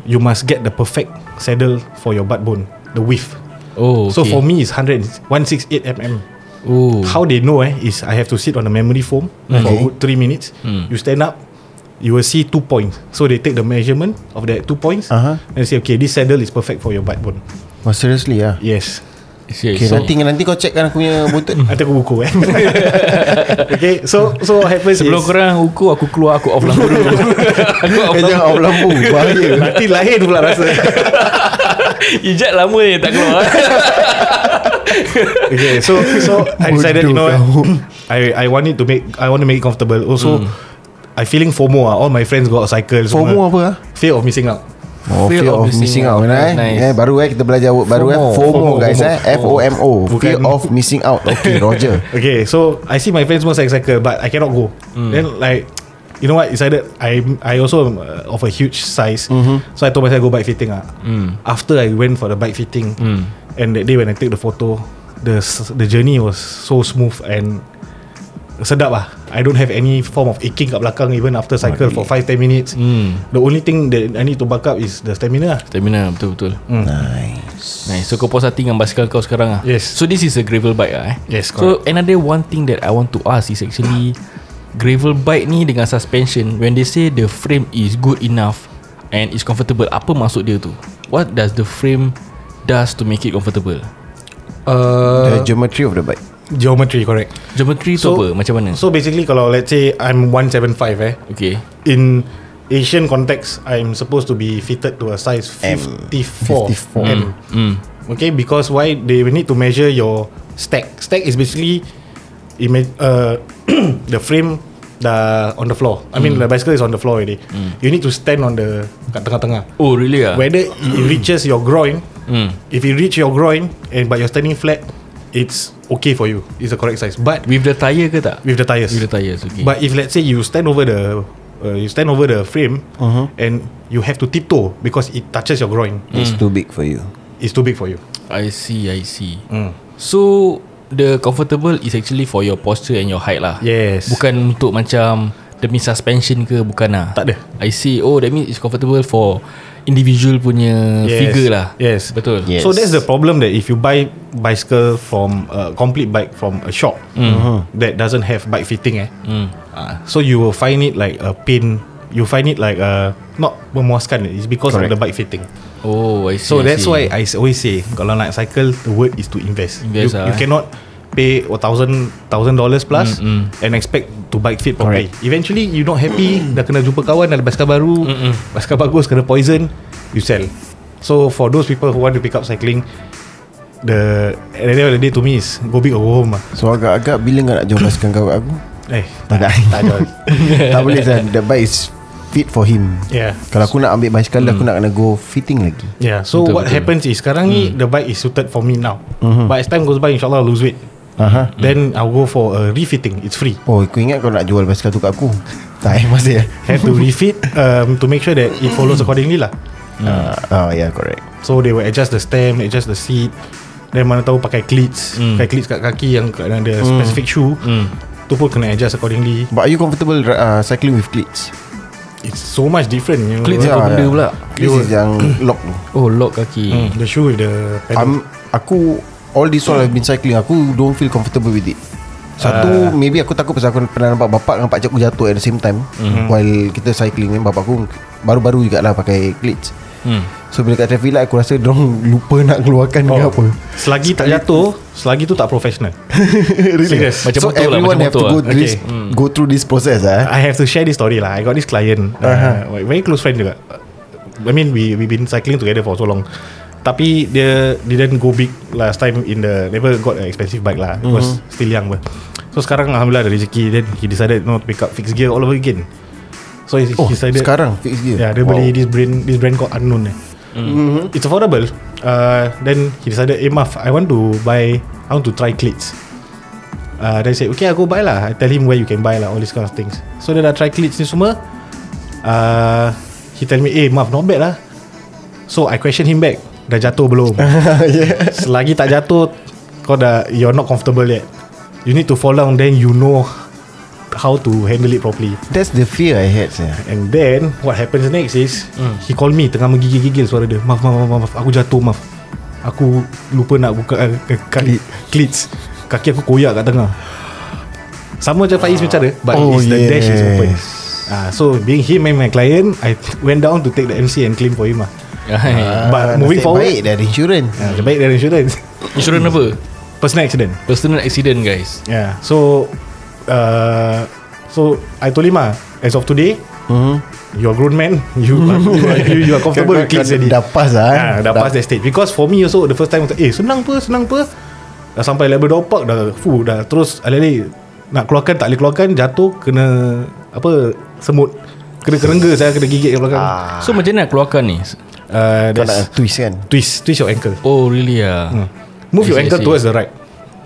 Speaker 5: You must get the perfect saddle for your butt bone, the width.
Speaker 3: Oh okay.
Speaker 5: So for me, it's 100, 168 mm.
Speaker 3: Oh Hmm.
Speaker 5: How they know eh, is I have to sit on the memory foam for a good three minutes. You stand up, you will see two points. So they take the measurement of that two points
Speaker 2: Uh-huh.
Speaker 5: and say, okay, this saddle is perfect for your butt bone.
Speaker 2: Oh seriously lah
Speaker 5: Yes.
Speaker 3: Okay,
Speaker 2: Okay,
Speaker 3: so,
Speaker 2: nanti nanti kau check kan aku punya buntut.
Speaker 5: Nanti aku buku eh Okay So so what happens
Speaker 3: Sebelum
Speaker 5: is
Speaker 3: korang ukur Aku keluar Aku off lampu dulu Aku off
Speaker 2: Eh
Speaker 3: lampu
Speaker 2: jangan off lampu Bahaya
Speaker 5: Nanti lain pula rasa
Speaker 3: Ijat lama je tak keluar
Speaker 5: Okay, so so I decided you know what? I I want it to make I want to make it comfortable. Also, I feeling FOMO ah. All my friends got a cycle. semua.
Speaker 2: FOMO apa ah?
Speaker 5: Fear of missing out.
Speaker 2: Oh, fear, of, missing out, eh?
Speaker 3: Nice.
Speaker 2: eh baru eh kita belajar word baru eh
Speaker 5: FOMO,
Speaker 2: FOMO
Speaker 5: FOMO,
Speaker 2: guys eh F O M O fear
Speaker 5: Bukan-
Speaker 2: of missing out okay Roger
Speaker 5: Okay, so I see my friends semua cycle cycle, but I cannot go. Then like, you know what? Decided I I also am, uh, of a huge size, so I told myself go bike fitting ah. After I went for the bike fitting,
Speaker 3: Hmm.
Speaker 5: and that day when I take the photo, the s- the journey was so smooth and sedap ah. I don't have any form of aching kat belakang even after cycle for 5-10 minutes.
Speaker 3: Hmm.
Speaker 5: The only thing that I need to buck up is the stamina. ah.
Speaker 3: Stamina betul-betul mm. Nice Nice So kau puas hati dengan basikal kau sekarang ah.
Speaker 5: Hmm. Yes.
Speaker 3: So this is a gravel bike ah. eh
Speaker 5: Yes,
Speaker 3: So another one thing that I want to ask Is actually Gravel bike ni dengan suspension When they say the frame is good enough And is comfortable Apa maksud dia tu What does the frame Does to make it comfortable
Speaker 5: Uh.
Speaker 2: the geometry of the bike
Speaker 5: Geometry correct.
Speaker 3: Geometry tu
Speaker 5: So-
Speaker 3: apa Macam mana
Speaker 5: So basically kalau let's say I'm 175 eh.
Speaker 3: Okay
Speaker 5: in Asian context, I'm supposed to be fitted to a size 54.
Speaker 2: 54.
Speaker 5: M. Okay, because why they will need to measure your stack. Stack is basically ima- uh, the frame the on the floor. I mean the bicycle is on the floor already. You need to stand on the kat tengah-tengah.
Speaker 3: Oh really ah?
Speaker 5: Whether it reaches your groin, if it reach your groin and but you're standing flat, it's okay for you. It's the correct size. But
Speaker 3: With the tyre ke tak
Speaker 5: with the tires.
Speaker 3: With the tyres okay
Speaker 5: But if let's say you stand over the uh, you stand over the frame
Speaker 2: Uh-huh.
Speaker 5: and you have to tiptoe because it touches your groin,
Speaker 2: it's too big for you
Speaker 5: it's too big for you.
Speaker 3: I see, I see.
Speaker 5: Hmm.
Speaker 3: Mm. So the comfortable is actually for your posture and your height lah.
Speaker 5: Yes.
Speaker 3: Bukan untuk macam demi suspension ke bukan lah.
Speaker 5: Tak ada.
Speaker 3: I see. Oh, that means it's comfortable for individual punya
Speaker 5: Yes.
Speaker 3: yes. figure lah.
Speaker 5: Yes.
Speaker 3: Betul.
Speaker 2: Yes.
Speaker 5: So that's the problem that if you buy bicycle from a complete bike from a shop
Speaker 3: Mm.
Speaker 2: Uh-huh.
Speaker 5: that doesn't have bike fitting, eh, ah, so you will find it like a pain. You find it like uh, not memuaskan. It's because
Speaker 2: Correct.
Speaker 5: of the bike fitting.
Speaker 3: Oh, I see. I
Speaker 5: So that's
Speaker 3: see.
Speaker 5: why I s- always say kalau nak cycle the word is to invest.
Speaker 3: Invest
Speaker 5: you,
Speaker 3: ah,
Speaker 5: you
Speaker 3: eh.
Speaker 5: cannot pay a thousand thousand dollars plus mm, and expect to bike fit properly. Eventually you not happy dah kena jumpa kawan ada basikal baru, mm basikal bagus kena poison, you sell. So for those people who want to pick up cycling the at the end of the day to me is go big or go home. ah.
Speaker 2: so agak-agak bila kau nak jom basikal kau kat aku
Speaker 5: Eh,
Speaker 2: tak ada
Speaker 5: tak ada.
Speaker 2: tak boleh Zan the bike is fit for him
Speaker 5: Yeah.
Speaker 2: kalau aku nak ambil basikal aku
Speaker 3: Hmm.
Speaker 2: nak kena go fitting lagi
Speaker 5: Yeah,
Speaker 3: Betul,
Speaker 5: so
Speaker 3: Hmm.
Speaker 5: what
Speaker 3: betul.
Speaker 5: happens is sekarang ni the bike is suited for me now. But as time goes by insyaallah I'll lose weight.
Speaker 3: Uh-huh.
Speaker 2: aha
Speaker 5: Then I'll go for a refitting. It's free.
Speaker 2: Oh aku ingat kau nak jual basikal tu kat aku Tak eh masih eh
Speaker 5: have to refit um, to make sure that it follows accordingly lah.
Speaker 3: Hmm.
Speaker 2: Ah, ah, yeah correct
Speaker 5: So they will adjust the stem, adjust the seat. Then mana tahu pakai cleats,
Speaker 3: Hmm.
Speaker 5: pakai cleats kat kaki yang kadang ada specific shoe. Tu pun kena adjust accordingly.
Speaker 2: But are you comfortable uh, cycling with cleats? Ya,
Speaker 5: It's so much different. You know,
Speaker 3: Cleats apa Oh, benda pula?
Speaker 2: Cleats is yang lock tu
Speaker 3: Oh, lock kaki. Mm.
Speaker 5: Hmm. the shoe with the pedal.
Speaker 2: I'm, Aku All this while I've been cycling Aku don't feel comfortable with it
Speaker 5: Ah.
Speaker 2: satu uh, Maybe aku takut Pasal aku pernah nampak Bapak dengan pakcik aku jatuh At the same time
Speaker 5: Mhm.
Speaker 2: mm-hmm. While kita cycling ni Bapak aku Baru-baru jugalah Pakai cleats mm.
Speaker 5: Hmm.
Speaker 2: So bila kat traffic light Aku rasa Diorang lupa nak keluarkan oh. Ke apa
Speaker 5: Selagi tak jatuh, selagi tu tak professional. Serious.
Speaker 3: Macam
Speaker 2: So
Speaker 3: motor lah,
Speaker 2: everyone
Speaker 3: macam
Speaker 2: have to
Speaker 3: motor
Speaker 2: go,
Speaker 3: lah.
Speaker 2: okay. this,
Speaker 5: Okay. Hmm. Ah.
Speaker 2: go through this process eh. Uh-huh.
Speaker 5: I have to share this story lah. I got this client, uh, very close friend juga. I mean we we been cycling together for so long. Tapi dia didn't go big last time in the never got an expensive bike lah. It was
Speaker 2: Mm-hmm.
Speaker 5: still young but. So sekarang alhamdulillah ada rezeki then he decided you know, to pick up fixed gear all over again. So he,
Speaker 2: Oh
Speaker 5: he decided
Speaker 2: sekarang fix dia
Speaker 5: Yeah, Ya, dia wow. beli this brand this brand called Unknown eh. Mm-hmm. It's affordable. Uh, then he decided, eh Maf, I want to buy, I want to try cleats. Uh, then he said, okay, I go buy lah. I tell him where you can buy lah, all these kind of things. So dia dah try cleats ni semua. Uh, he tell me, eh Maf, not bad lah. So I question him back, dah jatuh belum? Selagi tak jatuh, kau dah, you're not comfortable yet. You need to fall down, then you know how to handle it properly.
Speaker 2: That's the fear I had saya.
Speaker 5: And then What happens next is
Speaker 2: Hmm.
Speaker 5: mm. He call me Tengah menggigil-gigil suara dia Maaf, maaf, maaf, maaf Aku jatuh, maaf Aku lupa nak buka uh, kaki, Cleats Kaki aku koyak kat tengah Sama macam Faiz macam dia But
Speaker 2: Oh,
Speaker 5: oh, the yes. dash is open
Speaker 2: yes.
Speaker 5: Ah, So being him and my client I went down to take the MC And claim for him lah
Speaker 3: Uh,
Speaker 2: Ah,
Speaker 5: But moving
Speaker 2: Nasib Baik
Speaker 5: forward
Speaker 2: dari insurance
Speaker 5: ah, Lebih baik dari insurance
Speaker 3: Insurance apa?
Speaker 5: Personal accident
Speaker 3: Personal accident guys.
Speaker 5: Yeah. Ya, So, uh, so I told him ah, as of today, mm-hmm. you're a grown man. You are, you are, you, you are comfortable
Speaker 3: Kan,
Speaker 5: with kids already.
Speaker 2: Dah pas lah eh.
Speaker 5: Ah, dah, dah past that stage. Because for me also the first time, eh senang apa, senang apa. Dah sampai level 2 park dah fuh, dah terus alih-alih nak keluarkan tak boleh keluarkan jatuh kena apa semut kena kerengga saya kena gigit ke belakang. Ah.
Speaker 3: So macam mana nak keluarkan ni
Speaker 5: Uh,
Speaker 2: Kau nak
Speaker 5: there's
Speaker 2: twist kan
Speaker 5: twist twist your ankle.
Speaker 3: Oh really ah hmm.
Speaker 5: Move your
Speaker 3: I see, I
Speaker 5: ankle
Speaker 3: see.
Speaker 5: towards the right.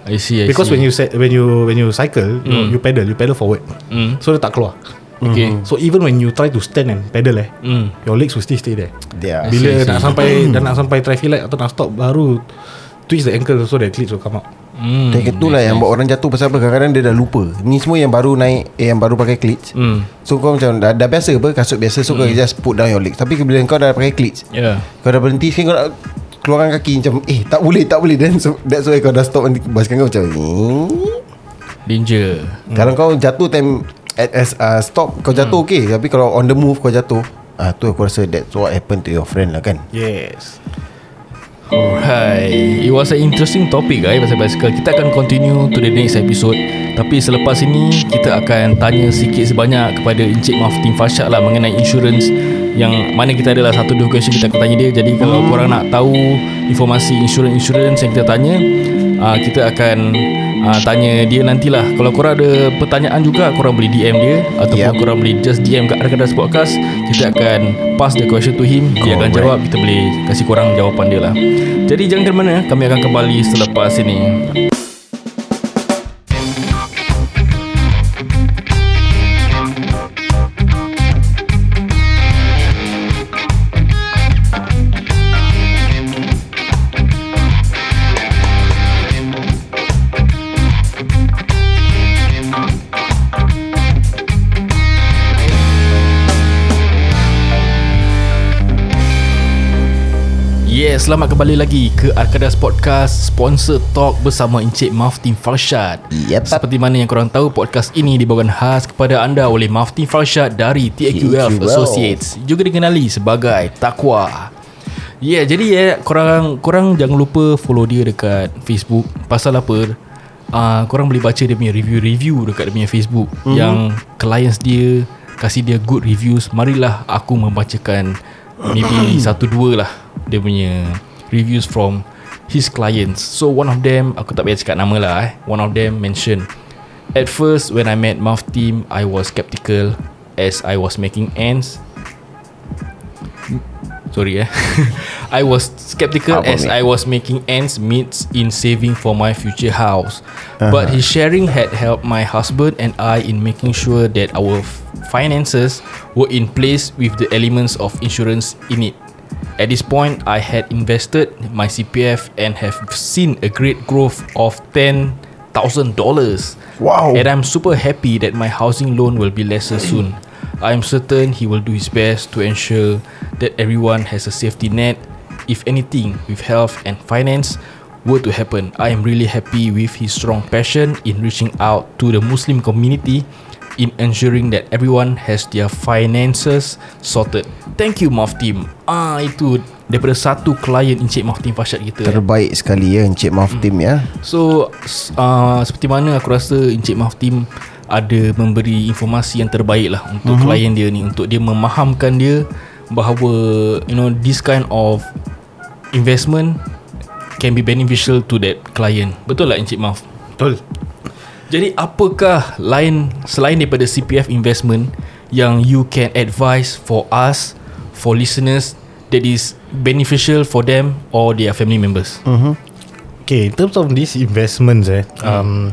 Speaker 3: I see I
Speaker 5: Because
Speaker 3: see.
Speaker 5: when you set, when you when you cycle, mm. you pedal, you pedal forward. Mm. So dia tak keluar.
Speaker 3: Okay
Speaker 5: So even when you try to stand and pedal eh,
Speaker 3: mm.
Speaker 5: your legs will still stay there.
Speaker 2: Yeah
Speaker 5: Bila
Speaker 3: see, Mm. I
Speaker 5: nak
Speaker 3: see.
Speaker 5: sampai dan nak sampai traffic light atau nak stop baru twist the ankle so that clips will come out.
Speaker 3: Mm.
Speaker 5: Hmm.
Speaker 2: Yang itulah lah yang buat orang jatuh Pasal apa Kadang-kadang dia dah lupa Ni semua yang baru naik eh, Yang baru pakai cleats
Speaker 3: Hmm.
Speaker 2: So kau macam Dah, dah biasa apa Kasut biasa So
Speaker 5: Hmm.
Speaker 2: kau just put down your leg Tapi bila kau dah pakai cleats
Speaker 3: Hmm. Yeah
Speaker 2: Kau dah berhenti Sekarang kau nak Keluarkan kaki macam Eh tak boleh tak boleh Then so, that's why kau dah stop nanti Basukan kau macam eh.
Speaker 3: Danger
Speaker 2: Kalau
Speaker 5: Hmm.
Speaker 2: kau jatuh time At as, uh, stop Kau jatuh okay Tapi kalau on the move Kau jatuh Ah tu aku rasa That's what happened to your friend lah kan
Speaker 5: Yes.
Speaker 3: Alright It was an interesting topic guys Pasal basikal Kita akan continue To the next episode Tapi selepas ini Kita akan tanya sikit sebanyak Kepada Encik Maftin Fashak lah Mengenai insurans Yang mana kita adalah Satu dua question Kita akan tanya dia Jadi kalau korang nak tahu Informasi insurans-insurans Yang kita tanya uh, Kita akan uh, Tanya dia nantilah Kalau korang ada Pertanyaan juga Korang boleh DM dia Ataupun
Speaker 2: Yep.
Speaker 3: korang boleh Just DM kat Arkadas Podcast Kita akan Pass the question to him Dia akan
Speaker 2: Correct.
Speaker 3: jawab kita boleh kasih korang jawapan dia lah Jadi jangan ke mana Kami akan kembali selepas ini Yes, selamat kembali lagi ke Arkadas Podcast Sponsor Talk bersama Encik Maftin Farshad
Speaker 2: Yep.
Speaker 3: Seperti mana yang korang tahu, podcast ini dibawakan khas kepada anda oleh Maftin Farshad dari TQF
Speaker 2: TQL.
Speaker 3: Associates Juga dikenali sebagai Takwa Yeah, jadi ya yeah, korang korang jangan lupa follow dia dekat Facebook Pasal apa? Uh, korang boleh baca dia punya review-review dekat dia punya Facebook mm-hmm. Yang clients dia kasih dia good reviews Marilah aku membacakan maybe satu dua lah Dia punya reviews from his clients So one of them, aku tak payah cakap nama lah eh One of them mention At first when I met Mouth Team, I was skeptical As I was making ends Sorry eh I was skeptical
Speaker 2: Apa
Speaker 3: as
Speaker 2: ni?
Speaker 3: I was making ends meet in saving for my future house But his sharing had helped my husband and I in making sure that our f- finances were in place with the elements of insurance in it At this point, I had invested my CPF and have seen a great growth of $10,000
Speaker 2: Wow.
Speaker 3: And I'm super happy that my housing loan will be lesser soon. I am certain he will do his best to ensure that everyone has a safety net if anything with health and finance were to happen. I am really happy with his strong passion in reaching out to the Muslim community in ensuring that everyone has their finances sorted. Thank you Maftim. Ah itu daripada satu klien Encik Maftim Fashad kita.
Speaker 2: Terbaik sekali ya Encik Maftim ya
Speaker 5: Hmm.
Speaker 3: So s- uh, seperti mana aku rasa Encik Maftim ada memberi informasi yang terbaik lah untuk mm-hmm. klien dia ni untuk dia memahamkan dia bahawa you know this kind of investment can be beneficial to that client. Betul lah Encik Maf.
Speaker 5: Betul.
Speaker 3: Jadi apakah lain selain daripada CPF investment yang you can advise for us for listeners that is beneficial for them or their family members? Mm.
Speaker 5: Okay, in terms of these investments eh, um,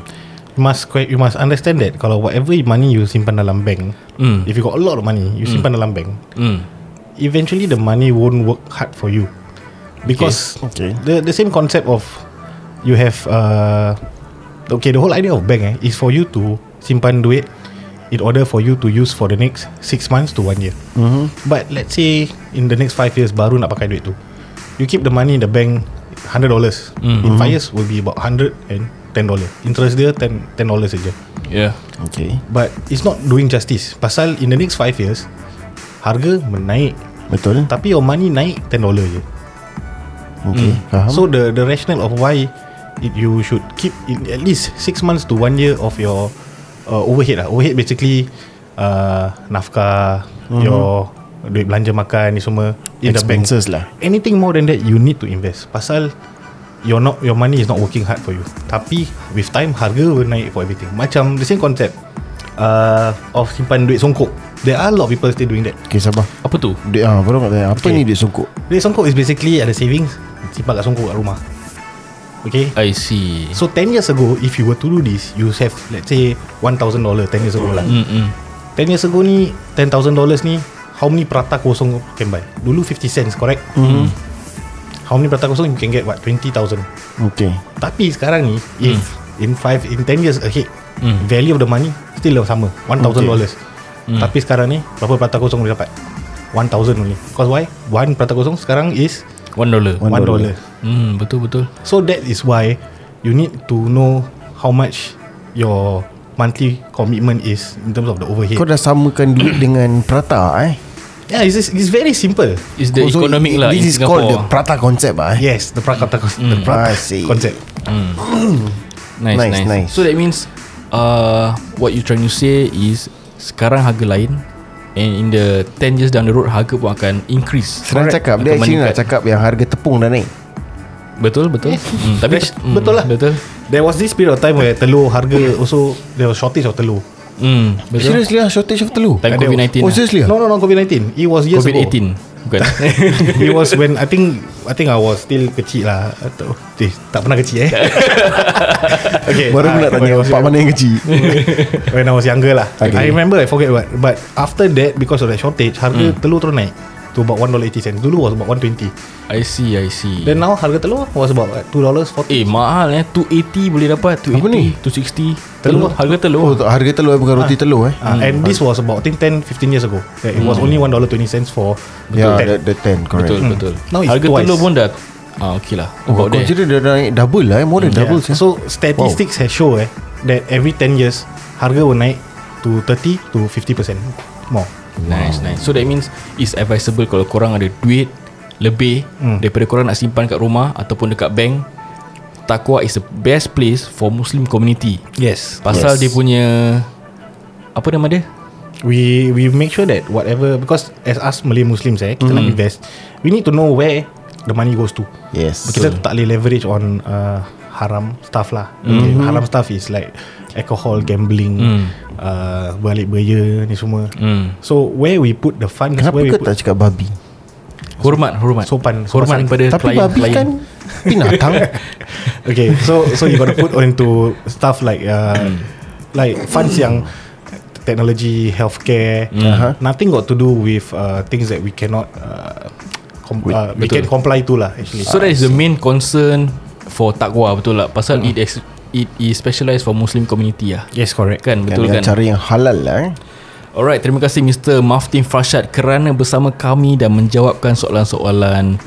Speaker 5: you must quite, you must understand that kalau whatever money you simpan dalam bank,
Speaker 3: Mm.
Speaker 5: if you got a lot of money, you simpan dalam bank,
Speaker 3: Mm.
Speaker 5: eventually the money won't work hard for you because
Speaker 2: Okay.
Speaker 5: the the same concept of you have uh, okay the whole idea of bank eh, is for you to simpan duit in order for you to use for the next six months to one year. Mm-hmm. But let's say in the next five years baru nak pakai duit tu, you keep the money in the bank hundred dollars.
Speaker 2: Mm-hmm.
Speaker 5: In five years will be about hundred and ten dollar. Interest dia ten ten dollars saja.
Speaker 3: Yeah.
Speaker 2: Okay
Speaker 5: But it's not doing justice. Pasal in the next five years harga menaik
Speaker 2: Betul
Speaker 5: tapi your money naik 10 dollar je.
Speaker 2: Okay Faham
Speaker 5: Hmm. So the the rationale of why it, you should keep in at least 6 months to 1 year of your uh, overhead lah. Overhead basically uh, nafkah,
Speaker 2: Mhm.
Speaker 5: mm-hmm. your duit belanja makan ni semua in the bank.
Speaker 2: Expenses lah
Speaker 5: Anything more than that you need to invest. Pasal Your not your money is not working hard for you. Tapi with time harga will naik for everything. Macam the same concept uh, of simpan duit songkok. There are a lot of people still doing that.
Speaker 2: Okay sabar
Speaker 3: Apa tu?
Speaker 2: Duit ah, Baru nak tanya Apa
Speaker 5: Okay.
Speaker 2: ni duit songkok
Speaker 5: Duit songkok is basically ada savings simpan kat songkok kat rumah. Okay.
Speaker 3: I see.
Speaker 5: So 10 years ago If you were to do this You have let's say $1,000 10 years ago lah
Speaker 3: Mm-mm.
Speaker 5: 10 years ago ni $10,000 ni How many prata kosong can buy Dulu 50 cents correct mm. How many prata kosong You can get what 20,000
Speaker 2: Okay
Speaker 5: Tapi sekarang ni If in 5 In 10 years ahead Value of the money Still sama $1,000 Tapi sekarang ni Berapa prata kosong boleh dapat 1,000 only Because why One prata kosong sekarang is
Speaker 3: One dollar.
Speaker 5: $1,
Speaker 2: dollar.
Speaker 5: dollar.
Speaker 3: Hmm, betul betul.
Speaker 5: So that is why you need to know how much your monthly commitment is in terms of the overhead.
Speaker 2: Kau dah samakan duit dengan Prata eh Oh,
Speaker 5: yeah, it's, just- it's very simple.
Speaker 3: It's the
Speaker 2: So,
Speaker 3: economic
Speaker 2: it-
Speaker 3: lah in
Speaker 2: This is called the
Speaker 3: Singapore.
Speaker 2: Prata concept ah. eh
Speaker 5: Yes, the prakata the
Speaker 2: Hmm. I
Speaker 5: prakata
Speaker 2: see.
Speaker 5: concept.
Speaker 3: nice, nice
Speaker 2: Nice,
Speaker 3: nice.
Speaker 2: nice.
Speaker 3: So that means uh, what you trying to say is sekarang harga lain and in the 10 years down the road harga pun akan increase.
Speaker 2: Senang cakap Dia
Speaker 3: Akan
Speaker 2: actually
Speaker 3: meningkat.
Speaker 2: nak cakap Yang harga tepung dah naik
Speaker 3: Betul betul. Hmm, tapi
Speaker 5: Betul- betul lah.
Speaker 3: Betul.
Speaker 5: There was this period of time where telur harga also there was shortage of telur.
Speaker 3: Hmm, betul.
Speaker 2: Seriously lah Shortage of telur
Speaker 3: Time
Speaker 5: Ada-
Speaker 3: COVID-19. lah.
Speaker 2: Oh seriously
Speaker 5: No,
Speaker 2: lah
Speaker 5: no, no, COVID-19. It was years
Speaker 3: COVID-18
Speaker 5: ago.
Speaker 3: bukan.
Speaker 5: It was when I think I think I was still kecil lah. Atau, eh, tak pernah kecil eh. okay.
Speaker 2: Baru
Speaker 5: ah,
Speaker 2: aku nak
Speaker 5: when
Speaker 2: tanya
Speaker 5: I was
Speaker 2: Pak
Speaker 5: young.
Speaker 2: mana yang kecil
Speaker 5: When I was younger lah
Speaker 2: Okay.
Speaker 5: okay. I remember I forget what But after that Because of that shortage Harga mm. telur terus naik To about $1.80 Dulu was about $1.20
Speaker 3: I see, I see.
Speaker 5: Then now harga telur Was about what, $2.40
Speaker 3: eh mahal eh 280 boleh dapat 280
Speaker 2: Apa ni?
Speaker 3: 260
Speaker 5: Telur.
Speaker 3: telur harga telur Ah.
Speaker 2: Oh tak, harga telur eh, Bukan roti telur eh
Speaker 5: uh, And this was about I think 10, 15 years ago that It was only $1.20 for
Speaker 2: Yeah Ya,
Speaker 5: ten.
Speaker 2: the, the 10 correct
Speaker 3: betul betul
Speaker 5: Now it's
Speaker 3: harga
Speaker 5: twice.
Speaker 3: telur pun dah ah okey lah
Speaker 2: Oh,
Speaker 3: about there
Speaker 2: consider dia dah naik double lah eh More than
Speaker 5: Yeah.
Speaker 2: double eh.
Speaker 5: So statistics wow. has show eh That every 10 years Harga will naik To 30 to 50% More
Speaker 3: Nice nice So that means It's advisable Kalau korang ada duit Lebih hmm. Daripada korang nak simpan kat rumah Ataupun dekat bank Takwa is the best place For Muslim community
Speaker 5: Yes
Speaker 3: Pasal yes. dia punya Apa nama dia
Speaker 5: We we make sure that whatever Because as us Malay Muslims eh Kita nak invest We need to know where The money goes to
Speaker 2: Yes
Speaker 5: Betul. Kita tak boleh leverage on uh, haram stuff lah. Okay. Haram stuff is like alcohol, gambling, mm. uh, balik beraya ni semua. Mm. So where we put the fund is
Speaker 2: Kenapa
Speaker 5: where we
Speaker 2: kau tak
Speaker 5: put
Speaker 2: cakap babi
Speaker 3: Hormat Hormat
Speaker 5: Sopan,
Speaker 3: Hormat
Speaker 5: sopan.
Speaker 3: kepada
Speaker 2: Tapi
Speaker 3: klien,
Speaker 2: babi
Speaker 3: klien.
Speaker 2: kan Binatang
Speaker 5: Okay, so so you gotta put onto stuff like uh,
Speaker 3: Mm.
Speaker 5: like funds yang technology, healthcare. Uh-huh. Nothing got to do with uh, things that we cannot uh, com- uh, we
Speaker 3: betul.
Speaker 5: can comply to lah actually.
Speaker 3: So that is the main concern For takwa betul lah Pasal it, is, it is specialised For Muslim community lah
Speaker 5: yes, correct.
Speaker 3: Kan betul
Speaker 2: Dengan
Speaker 3: kan
Speaker 2: cara yang halal lah eh
Speaker 3: Alright, terima kasih Mr. Maftin Farshad kerana bersama kami dan menjawabkan soalan-soalan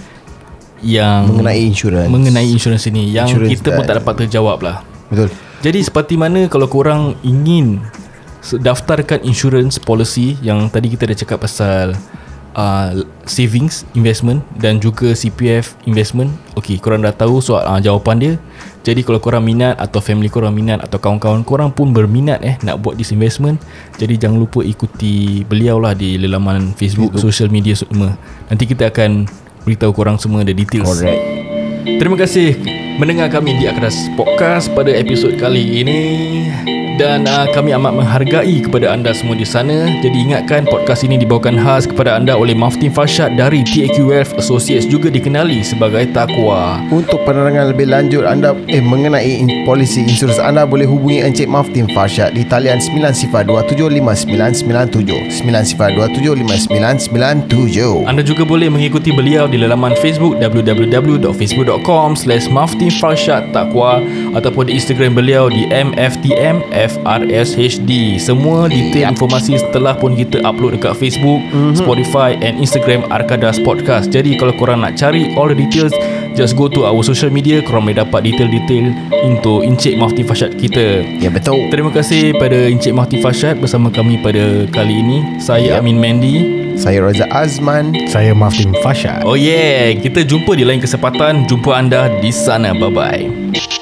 Speaker 3: yang
Speaker 2: Mengenai insurans.
Speaker 3: Hmm. Mengenai insurans ini yang
Speaker 2: Insurans
Speaker 3: kita pun
Speaker 2: dan-
Speaker 3: tak dapat terjawab lah.
Speaker 2: Betul
Speaker 3: Jadi seperti mana kalau korang ingin se- daftarkan insurance policy yang tadi kita dah cakap pasal uh, savings investment dan juga CPF investment. Okey, korang dah tahu soal uh, jawapan dia. Jadi kalau korang minat atau family korang minat atau kawan-kawan korang pun berminat eh nak buat this investment, jadi jangan lupa ikuti beliau lah di lelaman Facebook, social media semua. Nanti kita akan beritahu korang semua the details.
Speaker 2: Correct
Speaker 3: Terima kasih mendengar kami di Akras Podcast pada episod kali ini dan uh, kami amat menghargai kepada anda semua di sana. Jadi ingatkan podcast ini dibawakan khas kepada anda oleh Maftin Farshad dari TAQ Wealth Associates juga dikenali sebagai Takwa.
Speaker 2: Untuk penerangan lebih lanjut anda eh mengenai in, polisi insurans anda boleh hubungi Encik Maftin Farshad di talian 90275997 90275997.
Speaker 3: Anda juga boleh mengikuti beliau di laman Facebook www.facebook.com slash Takwa ataupun di Instagram beliau di mftmfrshd. Semua detail informasi setelah pun kita upload dekat Facebook, Spotify and Instagram Arkadas Podcast. Jadi kalau korang nak cari all the details, just go to our social media. Korang boleh dapat detail-detail into Encik Mafti Farshad kita.
Speaker 2: Ya betul.
Speaker 3: Terima kasih pada Encik Mafti Farshad bersama kami pada kali ini. Saya Amin Mandy.
Speaker 2: Saya Raza Azman.
Speaker 5: Saya Maftim Fasha.
Speaker 3: Oh yeah, kita jumpa di lain kesempatan. Jumpa anda di sana. Bye-bye.